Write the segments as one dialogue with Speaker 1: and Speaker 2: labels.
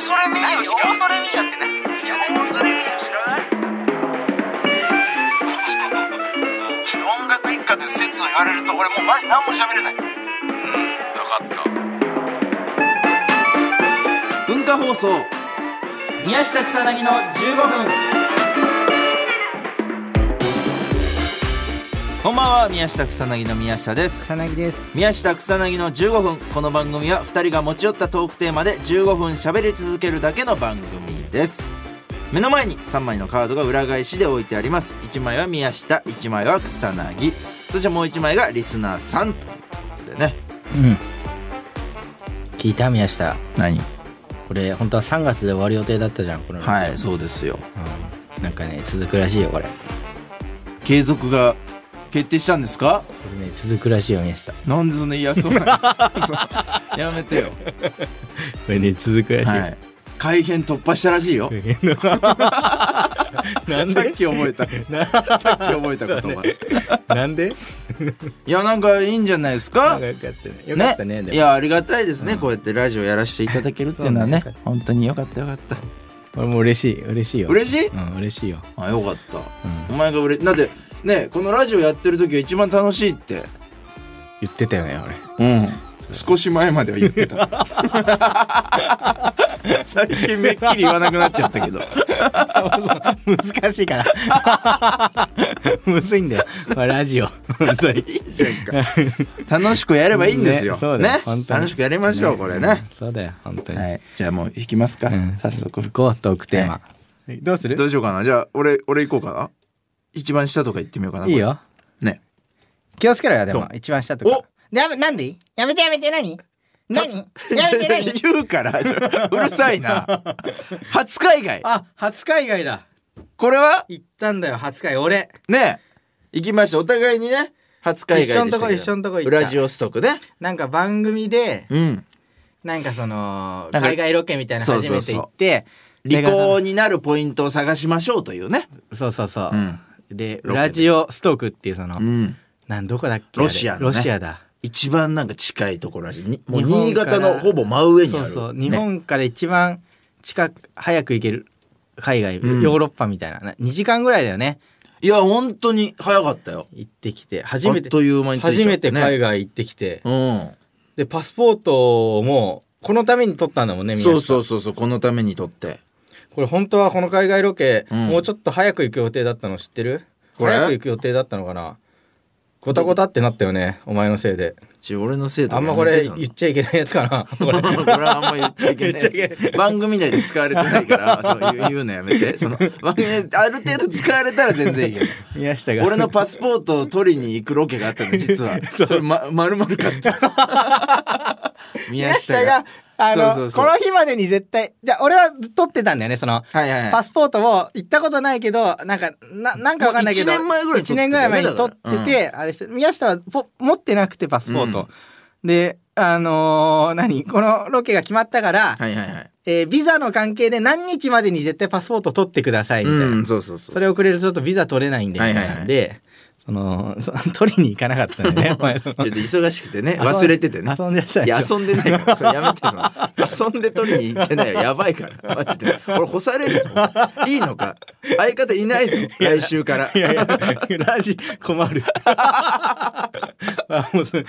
Speaker 1: しかもそれミヤって何いやオーソレミヤ知らないちょっとちょっと音楽一家という説を言われると俺もうマジ何も喋れない
Speaker 2: 分かった
Speaker 3: 文化放送宮下草薙の15分こんばんは宮下草薙の宮下です
Speaker 4: 草薙です
Speaker 3: 宮下草薙の15分この番組は2人が持ち寄ったトークテーマで15分喋り続けるだけの番組です目の前に3枚のカードが裏返しで置いてあります1枚は宮下1枚は草薙そしてもう1枚がリスナーさんということでね
Speaker 4: うん聞いた宮下
Speaker 3: 何
Speaker 4: これ本当は3月で終わる予定だったじゃんこの、
Speaker 3: はいそうですよ
Speaker 4: うんなんかね続くらしいよこれこ
Speaker 3: 継続が決定したんですか
Speaker 4: れね続くらしいよ宮下こ
Speaker 3: なんでそんな嫌そうなんで すかそうやめてよ、
Speaker 4: れね続くらしいよ、
Speaker 3: はい、改編突破したらしいよ
Speaker 4: なん
Speaker 3: さっ
Speaker 4: で
Speaker 3: き覚え たさっき覚えた言葉
Speaker 4: なんで
Speaker 3: いやなんかいいんじゃないですか
Speaker 4: なんかよかったねよかったね
Speaker 3: ね
Speaker 4: でも
Speaker 3: いやありがたいですね、こうやってラジオやらせていただけるっていうのはね
Speaker 4: そうね
Speaker 3: 本当によかったよかった
Speaker 4: 俺も嬉しい嬉しいよ
Speaker 3: 嬉しい
Speaker 4: うん嬉しいよ
Speaker 3: あよかった、
Speaker 4: うん
Speaker 3: お前が嬉だってねこのラジオやってる時が一番楽しいって
Speaker 4: 言ってたよ ね俺
Speaker 3: うん少し前までは言ってた 最近めっきり言わなくなっちゃったけど
Speaker 4: 難しいから むずいんだよ、まあ、ラジオ本当に
Speaker 3: いいじゃんか楽しくやればいいんですよ
Speaker 4: ねそうだよ
Speaker 3: ね
Speaker 4: 本当に
Speaker 3: 楽しくやりましょうこれね
Speaker 4: うんそうだよ本当に、
Speaker 3: はいじゃあもう引きますか
Speaker 4: うん
Speaker 3: 早速
Speaker 4: 行こうトークテーマ、どうす
Speaker 3: ど
Speaker 4: る
Speaker 3: うしようかなじゃあ俺俺行こうかな一番下とか行ってみようかない
Speaker 4: いよ
Speaker 3: ね
Speaker 4: 気をつけろよで
Speaker 3: ど
Speaker 4: も
Speaker 3: う
Speaker 4: 一番下とか
Speaker 3: お
Speaker 4: やめなんでやめてやめて何何やめて何
Speaker 3: 言うからうるさいな初海外
Speaker 4: あ初海外だ
Speaker 3: これは
Speaker 4: 行ったんだよ初海外俺
Speaker 3: ね行きましたお互いにね初海外でしたけど
Speaker 4: 一緒んとこ一緒んとこ行った
Speaker 3: ウラジオストクね
Speaker 4: なんか番組で
Speaker 3: うん
Speaker 4: なんかその
Speaker 3: なんか
Speaker 4: 海外ロケみたいなの初めて行って
Speaker 3: 利
Speaker 4: で
Speaker 3: 口になるポイントを探しましょうというね
Speaker 4: そうそうそう、
Speaker 3: うん
Speaker 4: で
Speaker 3: ロケで
Speaker 4: ラジオストークっていうその、
Speaker 3: うん
Speaker 4: なんどこだっけあれ
Speaker 3: ロシアのね
Speaker 4: ロシアだ
Speaker 3: 一番なんか近いところらしいにもう
Speaker 4: 日本
Speaker 3: 新潟
Speaker 4: か
Speaker 3: の
Speaker 4: ら
Speaker 3: ほぼ真上にあ
Speaker 4: そう
Speaker 3: る
Speaker 4: そう
Speaker 3: ね
Speaker 4: 日本から一番近く早く行ける海外、
Speaker 3: うん
Speaker 4: ヨーロッパみたいなな2時間ぐらいだよね
Speaker 3: いや本当に早かったよ
Speaker 4: 行ってきて初め
Speaker 3: あってという間に着いちゃったね
Speaker 4: 初めて海外行ってきて、
Speaker 3: う
Speaker 4: でパスポートもこのために取ったんだもんね
Speaker 3: ん
Speaker 4: みん
Speaker 3: そ
Speaker 4: な
Speaker 3: うそうそうそうこのためにとって
Speaker 4: これ本当はこの海外ロケ、
Speaker 3: うん
Speaker 4: もうちょっと早く行く予定だったの知ってる
Speaker 3: これ
Speaker 4: 早く行く予定だったのかなごたごたってなったよねお前のせいで
Speaker 3: ちょ俺のせいとか
Speaker 4: あんまこれ
Speaker 3: やめ
Speaker 4: 言
Speaker 3: て
Speaker 4: っちゃいけないやつかな これ
Speaker 3: その これはあんま言っちゃいけないやつ
Speaker 4: 言っち
Speaker 3: 番組内で使われてない からそう言う言うのやめてその番組内である程度使われたら全然い いけど
Speaker 4: 宮下が
Speaker 3: 俺のパスポートを取りに行くロケがあったの実 はそれま丸々買った宮
Speaker 4: 宮
Speaker 3: 下
Speaker 4: 下
Speaker 3: が
Speaker 4: があの
Speaker 3: そうそうそう
Speaker 4: この日までに絶対じゃあ俺は取ってたんだよねその
Speaker 3: はいはいは
Speaker 4: パ
Speaker 3: い
Speaker 4: スポートを行ったことないけどなんかななんかわかんないけど
Speaker 3: もう一年前ぐらいに
Speaker 4: 一年ぐらい前に
Speaker 3: 撮っ
Speaker 4: 取
Speaker 3: て
Speaker 4: って
Speaker 3: たよね
Speaker 4: てて、あれして宮下はポ持ってなくてパスポート、であのー何このロケが決まったから、
Speaker 3: はいはいはい
Speaker 4: えービザの関係で何日までに絶対パスポート取ってくださいみたいな、
Speaker 3: うんそうそうそう
Speaker 4: それ遅れるとちょっとビザ取れないんでみ
Speaker 3: は
Speaker 4: た
Speaker 3: いは
Speaker 4: い
Speaker 3: いはい
Speaker 4: なんでそのそ取りに行かなかったんだよねお前の
Speaker 3: ちょっと忙しくてね忘れててね
Speaker 4: 遊んでた
Speaker 3: い
Speaker 4: でしょ
Speaker 3: や遊んで ないからそれやめてその 遊んで取りに行ってないよやばいからマジで俺干されるぞいいのか相方いないぞ来週から
Speaker 4: いやいや、ラジ困る。あ、もうそれ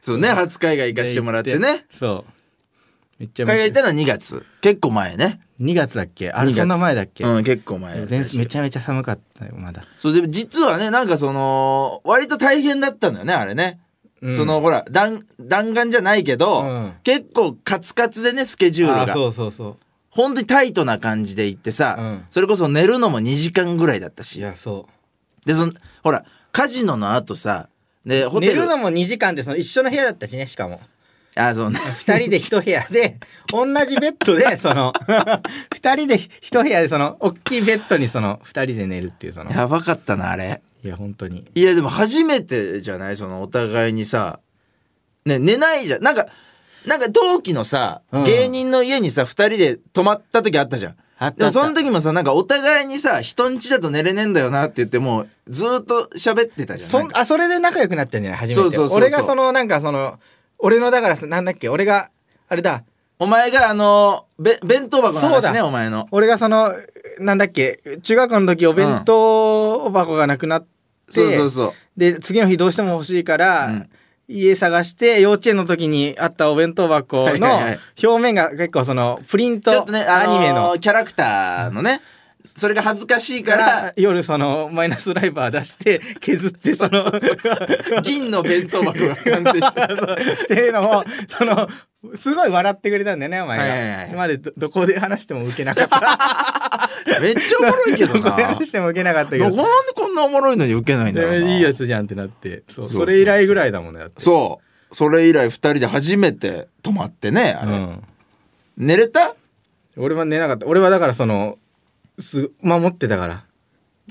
Speaker 3: そうね初海外行かしてもらってね。
Speaker 4: そう。めっちゃ
Speaker 3: 海外行ったのは2月結構前ね
Speaker 4: 2月だっけあれ
Speaker 3: 二月
Speaker 4: そんな前だっけ、
Speaker 3: うん結構前
Speaker 4: 全めちゃめちゃ寒かったよ、まだ。
Speaker 3: そうでも実はねなんかその割と大変だったのよねあれね、
Speaker 4: うん
Speaker 3: そのほら弾弾丸じゃないけど、
Speaker 4: うん
Speaker 3: 結構カツカツでねスケジュー
Speaker 4: あ
Speaker 3: ルが
Speaker 4: そうそうそ
Speaker 3: 本当にタイトな感じで行ってさ、
Speaker 4: うん
Speaker 3: それこそ寝るのも2時間ぐらいだった
Speaker 4: う。い
Speaker 3: し
Speaker 4: や、そ
Speaker 3: でそのほらカジノの後さで
Speaker 4: う。
Speaker 3: ホ
Speaker 4: 寝
Speaker 3: テル
Speaker 4: るのも2時間で、その一緒の部屋だったしね、しか も。
Speaker 3: あそうね
Speaker 4: 2人で1部屋で、同じベッド で、その、2人で1部屋で、その、大きいベッドに、その、2人で寝るっていう、その。
Speaker 3: やばかったなあれ
Speaker 4: いや、本当に。
Speaker 3: いやでも初めてじゃないそのお互いにさね寝ないじゃんなんかなんか同期のさ、
Speaker 4: うん
Speaker 3: 芸人の家にさ2人で泊まった時あったじゃん
Speaker 4: あっ
Speaker 3: で
Speaker 4: た
Speaker 3: も
Speaker 4: あった
Speaker 3: その時もさなんかお互いにさ人んちだと寝れねえんだよなって言ってもうずーっと喋ってたじゃん
Speaker 4: そ
Speaker 3: なん
Speaker 4: ん
Speaker 3: か
Speaker 4: あそれで仲良くなったんじゃない初めて
Speaker 3: そうそうそうそう
Speaker 4: 俺がそのなんかその俺のだからなんだっけ俺があれだ
Speaker 3: お前があのべ弁当箱の
Speaker 4: そう
Speaker 3: 話ね
Speaker 4: だ
Speaker 3: お前の
Speaker 4: 俺がそのなんだっけ中学校の時お弁当箱がなくなって、
Speaker 3: そうそうそう
Speaker 4: で次の日どうしても欲しいから、
Speaker 3: うん
Speaker 4: 家探して幼稚園の時にあったお弁当箱
Speaker 3: はい
Speaker 4: の
Speaker 3: はいはい
Speaker 4: 表面が結構そのプリン
Speaker 3: ちょっ
Speaker 4: ト
Speaker 3: とね、
Speaker 4: ア
Speaker 3: あ
Speaker 4: ニメの
Speaker 3: のキャラクターのねそれが恥ずかしい
Speaker 4: か
Speaker 3: から
Speaker 4: ら夜そのマイナスライバー出して削ってその
Speaker 3: 銀の弁当箱が完成した
Speaker 4: っていうのをそのすごい笑ってくれたんだよねお前が、
Speaker 3: はいはいはい
Speaker 4: 今までどどこで話しても受けなかった
Speaker 3: めっちゃおもろいけど
Speaker 4: ど
Speaker 3: な
Speaker 4: こで話しても受けなかったけ
Speaker 3: ど
Speaker 4: ど
Speaker 3: こなんでこんなおもろいのに受けないんだろうな。
Speaker 4: でいいやつじゃんってなってそ
Speaker 3: そうそ
Speaker 4: う
Speaker 3: うそう
Speaker 4: それ以来ぐらいだもんねだって
Speaker 3: そう。それ以来二人で初めて泊まってね、あれ。
Speaker 4: うん
Speaker 3: 寝れた
Speaker 4: 俺は寝なかった俺はだからそのす守ってたから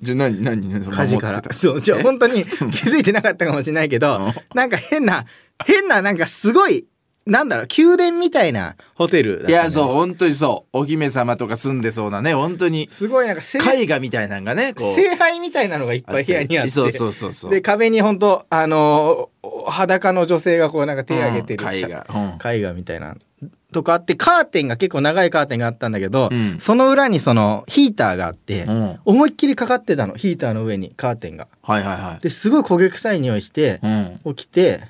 Speaker 3: じゃ、なに、なに、
Speaker 4: 火事から
Speaker 3: 守ってた
Speaker 4: そうじゃあ本当に気づいてなかったかもしれないけ
Speaker 3: う
Speaker 4: ど
Speaker 3: ん
Speaker 4: なんか変な変ななんかすごいなんだろう宮殿みたいなホテルだった
Speaker 3: い
Speaker 4: ね
Speaker 3: や、そう、本当にそう。お姫様とか住んでそうなね、本当に。
Speaker 4: すごいなんか聖
Speaker 3: 絵画みたいなのがね、こう。
Speaker 4: 聖杯みたいなのがいっぱい部屋にあって
Speaker 3: そうそうそうそう。
Speaker 4: で壁に本当あのー裸の女性がこうなんか手挙げてる、
Speaker 3: うん絵画。うん
Speaker 4: 絵画みたいなとかあってカーテンが結構長いカーテンがあったんだけど、
Speaker 3: うん
Speaker 4: その裏にそのヒーターがあって、
Speaker 3: うん。はい
Speaker 4: 思いっきりかかってたのヒーターの上にカーテンが。
Speaker 3: はいは
Speaker 4: ですごい焦げ臭い匂いして
Speaker 3: い。うん。
Speaker 4: 起きて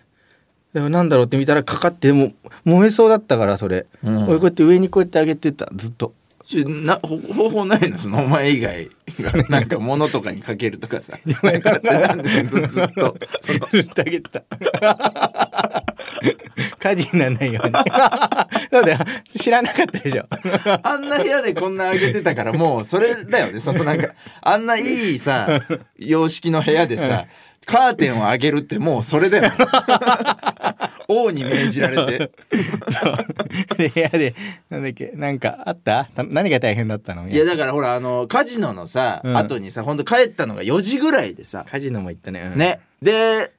Speaker 4: でもなんだろうって見たらかかってもう燃えそうだったからそれ、
Speaker 3: うん
Speaker 4: 俺こうやって上にこうやって上げてたずっと。
Speaker 3: ちょなほ方法ないのそのお前以外が なんか物とかにかけるとかさなんでずずっと その
Speaker 4: ずっと上げてた。火事にならないように。そうだよ。知らなかったでしょ。
Speaker 3: あんな部屋でこんな上げてたからもうそれだよねそのなんかあんないいさ様式の部屋でさカーテンを上げるってもうそれ だよ王に命じられて
Speaker 4: で部屋で、なんだっけ、なんかあったた何が大変だったの
Speaker 3: いやだからほらあのカジノのさ、
Speaker 4: うん
Speaker 3: 後にさほんと帰ったのが4時ぐらいでさ
Speaker 4: カジノも行ったね。うん。
Speaker 3: ねで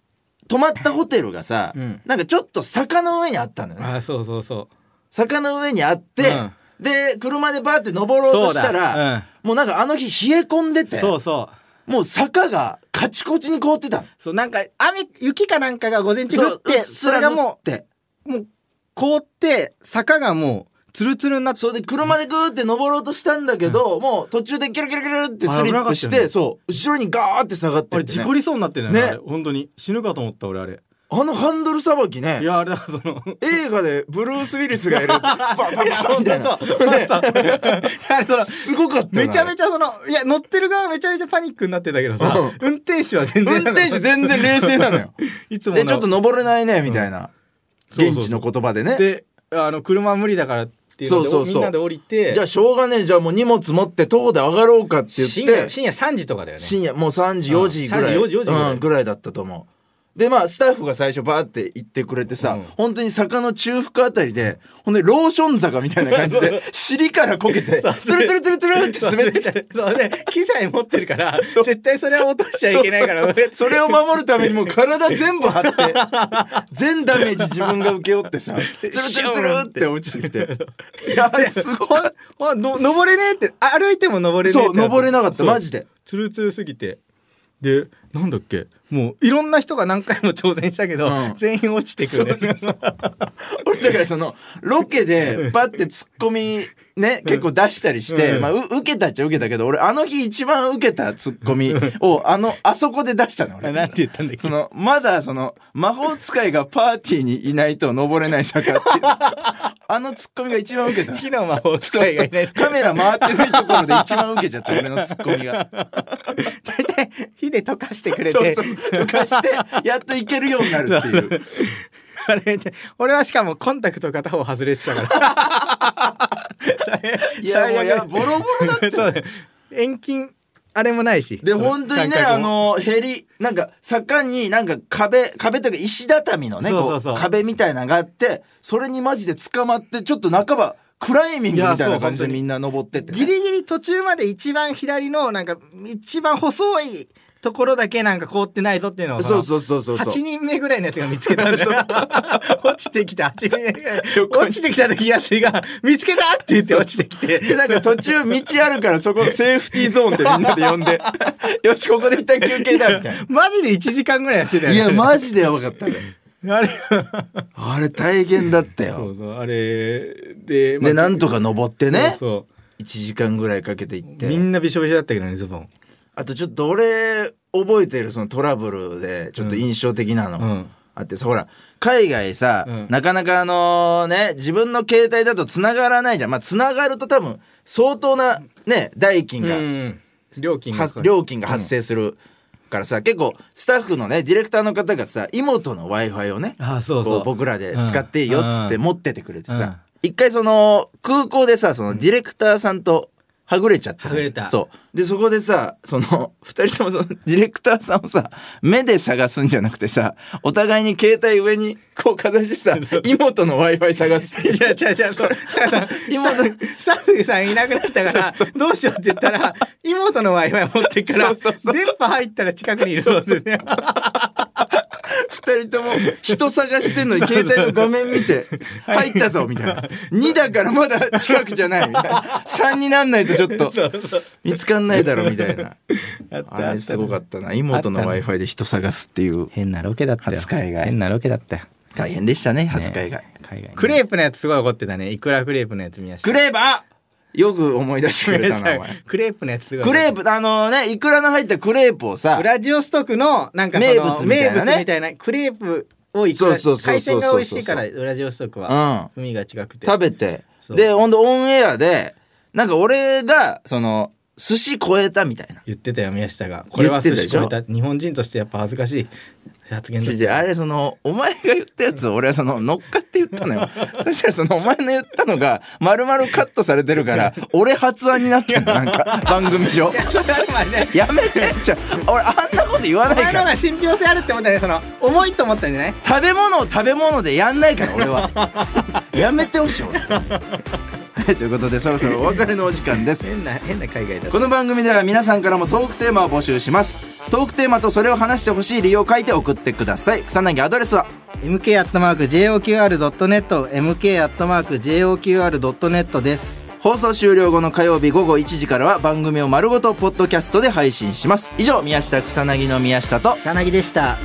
Speaker 3: 泊まったホテルがさ、
Speaker 4: うん
Speaker 3: なんかちょっと坂の上にあったんだよね
Speaker 4: あ、そうそうそ
Speaker 3: 坂の上にあって、
Speaker 4: うん
Speaker 3: で車でバーって登
Speaker 4: う。
Speaker 3: ろうと
Speaker 4: そう
Speaker 3: したら、
Speaker 4: だ。
Speaker 3: もうなんかあの日冷え込んで
Speaker 4: うん。
Speaker 3: て
Speaker 4: そうそう。
Speaker 3: もう坂がカチコチに凍ってたの
Speaker 4: そう、なんか雨、雪かなんかが午前中降
Speaker 3: そう
Speaker 4: って、それが
Speaker 3: うっ
Speaker 4: も
Speaker 3: すら降って
Speaker 4: う、もう凍って、坂がもう、ツルツルになって、
Speaker 3: そうで車でグーって登ろうとしたんだけど、もう途中でキュルキュルキュルってスリップし
Speaker 4: あ危なかった
Speaker 3: て、
Speaker 4: よね
Speaker 3: そう後ろにガーって下がって
Speaker 4: 俺
Speaker 3: って、
Speaker 4: 事
Speaker 3: ね、
Speaker 4: 故りそうになってるね。
Speaker 3: ね
Speaker 4: あれ本当に。死ぬかと思った、俺あれ。
Speaker 3: あのハンドルさばき
Speaker 4: い
Speaker 3: ね
Speaker 4: や、あれだからその、
Speaker 3: 映画でブルース・ウィリスがやるやつバンバンバンバン みたいな
Speaker 4: そうそうそう あれその
Speaker 3: すごかったよ
Speaker 4: め
Speaker 3: な
Speaker 4: ちゃめちゃそのいや乗ってる側はめちゃめちゃパニックになってたけどさ、
Speaker 3: うん
Speaker 4: 運転手は全
Speaker 3: 運
Speaker 4: 然
Speaker 3: 転手全然冷静なのよ
Speaker 4: いつも
Speaker 3: でちょっと登れないねみたいな、
Speaker 4: そうそう
Speaker 3: 現地の言葉でね
Speaker 4: であの車無理だからっていうので
Speaker 3: そうそうそう
Speaker 4: みんなで降りて
Speaker 3: じゃあしょうがねえじゃあもう荷物持って徒歩で上がろうかって言って
Speaker 4: 深夜深夜3時とかだよね
Speaker 3: 深夜もう3時4時ぐらい、
Speaker 4: うん3時4時ぐらい
Speaker 3: うんぐらいだったと思うでまあスタッフが最初バーって行ってくれてさ、
Speaker 4: うん
Speaker 3: 本当に坂の中腹あたりでほんでローション坂みたいな感じで 尻からこけて
Speaker 4: そう
Speaker 3: ツルツルツルツルって滑ってきて。
Speaker 4: そうで機材持ってるから絶対それは落としちゃいけないから
Speaker 3: そうそうそうそれを守るためにもう体全部張って全ダメージ自分が受け負って さツルツルツルって落ちてきていやあれすごい
Speaker 4: ほんあの登れねえって歩いても登れねえ
Speaker 3: そ
Speaker 4: っ
Speaker 3: う
Speaker 4: てなって
Speaker 3: 登れなかった
Speaker 4: そう
Speaker 3: マジで
Speaker 4: ツルツルすぎてでなんだっけもういろんな人が何回も挑戦したけど、
Speaker 3: うん
Speaker 4: 全員落ちてくるね
Speaker 3: そう そう俺だからそのロケでバッてツッコミね結構出したりして、
Speaker 4: うん
Speaker 3: まあ、う受けたっちゃ受けたけど俺あの日一番受けたツッコミをあのあそこで出したの
Speaker 4: あ
Speaker 3: 俺
Speaker 4: なんて言ったんだっけ
Speaker 3: そのまだその魔法使いがパーティーにいないと登れない 坂っていうあのツッコミが一番受けたの
Speaker 4: 火の魔法
Speaker 3: そ
Speaker 4: 使
Speaker 3: う
Speaker 4: いが
Speaker 3: そ
Speaker 4: いな
Speaker 3: う
Speaker 4: い
Speaker 3: カメラ回ってないところで一番受けちゃった俺のツッコミが
Speaker 4: 大体火で溶かしてくれ
Speaker 3: そう
Speaker 4: て
Speaker 3: そう浮かしてやっといけるようになるって いう
Speaker 4: あれ俺はしかもコンタクト片方外れてたから
Speaker 3: いやもういやボロボロだった
Speaker 4: そうね遠近あれもないし
Speaker 3: で本当にね
Speaker 4: 感覚
Speaker 3: あの
Speaker 4: も
Speaker 3: ヘリなんか坂になんか壁壁というか石畳のねこう
Speaker 4: そうそうそう
Speaker 3: 壁みたいなのがあってそれにマジで捕まってちょっと半ばクライミングみたい
Speaker 4: いやそ
Speaker 3: な
Speaker 4: う
Speaker 3: 感じ
Speaker 4: 本当
Speaker 3: で
Speaker 4: に
Speaker 3: みんな登ってってね、
Speaker 4: ギリギリ途中まで一番左のなんか一番細いところだけなんか凍ってないぞっていうのを
Speaker 3: そう
Speaker 4: う
Speaker 3: そうそうそうそ
Speaker 4: 8
Speaker 3: う
Speaker 4: 人目ぐらいのやつが見つけたんだよ 落ちてきた8人目ぐらい落ちてきた時やつが「見つけた!」って言って落ちてきて
Speaker 3: でなんか途中道あるからそ こセーフティーゾーンってみんなで呼ん でよしここで一旦休憩だみたい
Speaker 4: マジで1時間ぐらいやって
Speaker 3: な
Speaker 4: たよ
Speaker 3: いや
Speaker 4: ね
Speaker 3: マジでやばかったね
Speaker 4: あれ
Speaker 3: あれ大変だった
Speaker 4: そ
Speaker 3: よ
Speaker 4: うそうあれで、
Speaker 3: でなんとか登ってね
Speaker 4: そう
Speaker 3: 1時間ぐらいかけて行っ
Speaker 4: そうみ
Speaker 3: て
Speaker 4: んなびしょびしょだったけどねズボン
Speaker 3: あとちょっと俺覚えてるそのトラブルでちょっと印象的なの、
Speaker 4: うん
Speaker 3: あってさほら海外さ、
Speaker 4: うん
Speaker 3: なかなかあのね自分の携帯だと繋がらないじゃんまあ繋がると多分相当なね代金が、
Speaker 4: うん料金が
Speaker 3: は料金が発生するからさ、結構スタッフのねディレクターの方がさ妹の w i f i をね
Speaker 4: あそうそ
Speaker 3: こ
Speaker 4: う
Speaker 3: う僕らで使っていいよっつって
Speaker 4: うん
Speaker 3: 持っててくれてさ、一回その空港でさそのディレクターさんとはぐれちゃって
Speaker 4: はぐれた
Speaker 3: そうでそこでさその二人ともそのディレクターさんをさ目で探すんじゃなくてさお互いに携帯上にこうかざしてさ 妹の w i f i 探すっていう
Speaker 4: いや違う違うそうだから
Speaker 3: 妹
Speaker 4: 妹スタッフさんいなくなったからどうしようって言ったら妹の w i f i 持ってっから
Speaker 3: そうそうそう
Speaker 4: 電波入ったら近くにいるそうですね
Speaker 3: 二人とも人探してんのに携帯の画面見て「入ったぞ」みたいな「2だからまだ近くじゃない」みたいな「3になんないとちょっと見つかんないだろ」みたいな
Speaker 4: あっ
Speaker 3: あれすごか
Speaker 4: っ
Speaker 3: ったな妹の
Speaker 4: あっ
Speaker 3: w
Speaker 4: た
Speaker 3: i f i で人探すっていう
Speaker 5: 変なロケだったよ
Speaker 3: 初海外
Speaker 5: 変なロケだったよ
Speaker 3: 大変でしたね初海外
Speaker 5: 海外
Speaker 4: たクレープのやつすごい怒ってたねいくらクレープのやつ見ました
Speaker 3: クレープあよく思い出してくれたなお前
Speaker 4: クレープのやつすごい
Speaker 3: クレープあのねいくらの入ったクレープをさ
Speaker 4: ウラジオストクのなんかその
Speaker 3: 名物みたいなね
Speaker 4: 名物みたいなクレープをいく
Speaker 3: そうそうそうそうそう
Speaker 4: ら海鮮が美味しいからウラジオストク
Speaker 3: う
Speaker 4: は
Speaker 3: ん
Speaker 4: 海が近くて
Speaker 3: 食べて
Speaker 4: そう
Speaker 3: でほんでオンエアでなんか俺がその寿司超えたみたいな
Speaker 4: 言ってたよ宮下がこれは寿司
Speaker 3: 言
Speaker 4: 超
Speaker 3: っ
Speaker 4: え
Speaker 3: てた
Speaker 4: た日本人としてやっぱ恥ずかしい発言だっ
Speaker 3: じ ゃああれそのお前が言ったやつを俺はその乗っかって言った のよそしたらそのお前の言ったのが丸々カットされてるから俺発案になってるなんか番組上
Speaker 4: たそれあるまね
Speaker 3: やめてじゃあ俺あんなこと言わ
Speaker 4: お
Speaker 3: な
Speaker 4: 前
Speaker 3: い
Speaker 4: の
Speaker 3: か
Speaker 4: 方
Speaker 3: ら
Speaker 4: が信憑性あるって思ったねその重いと思ったんじゃない
Speaker 3: 食べ物を食べ物でやんないから俺はやめてほしい俺はいということでそろそろお別れのお時間です
Speaker 4: 変な変な海外だ
Speaker 3: この番組では皆さんからもトークテーマを募集しますトークテーマとそれを話してほしい理由を書いて送ってください草薙アドレスは
Speaker 4: mk.joqr.net mk.joqr.net です
Speaker 3: 放送終了後の火曜日午後1時からは番組を丸ごとポッドキャストで配信します以上宮下草薙の宮下と
Speaker 4: 草薙でした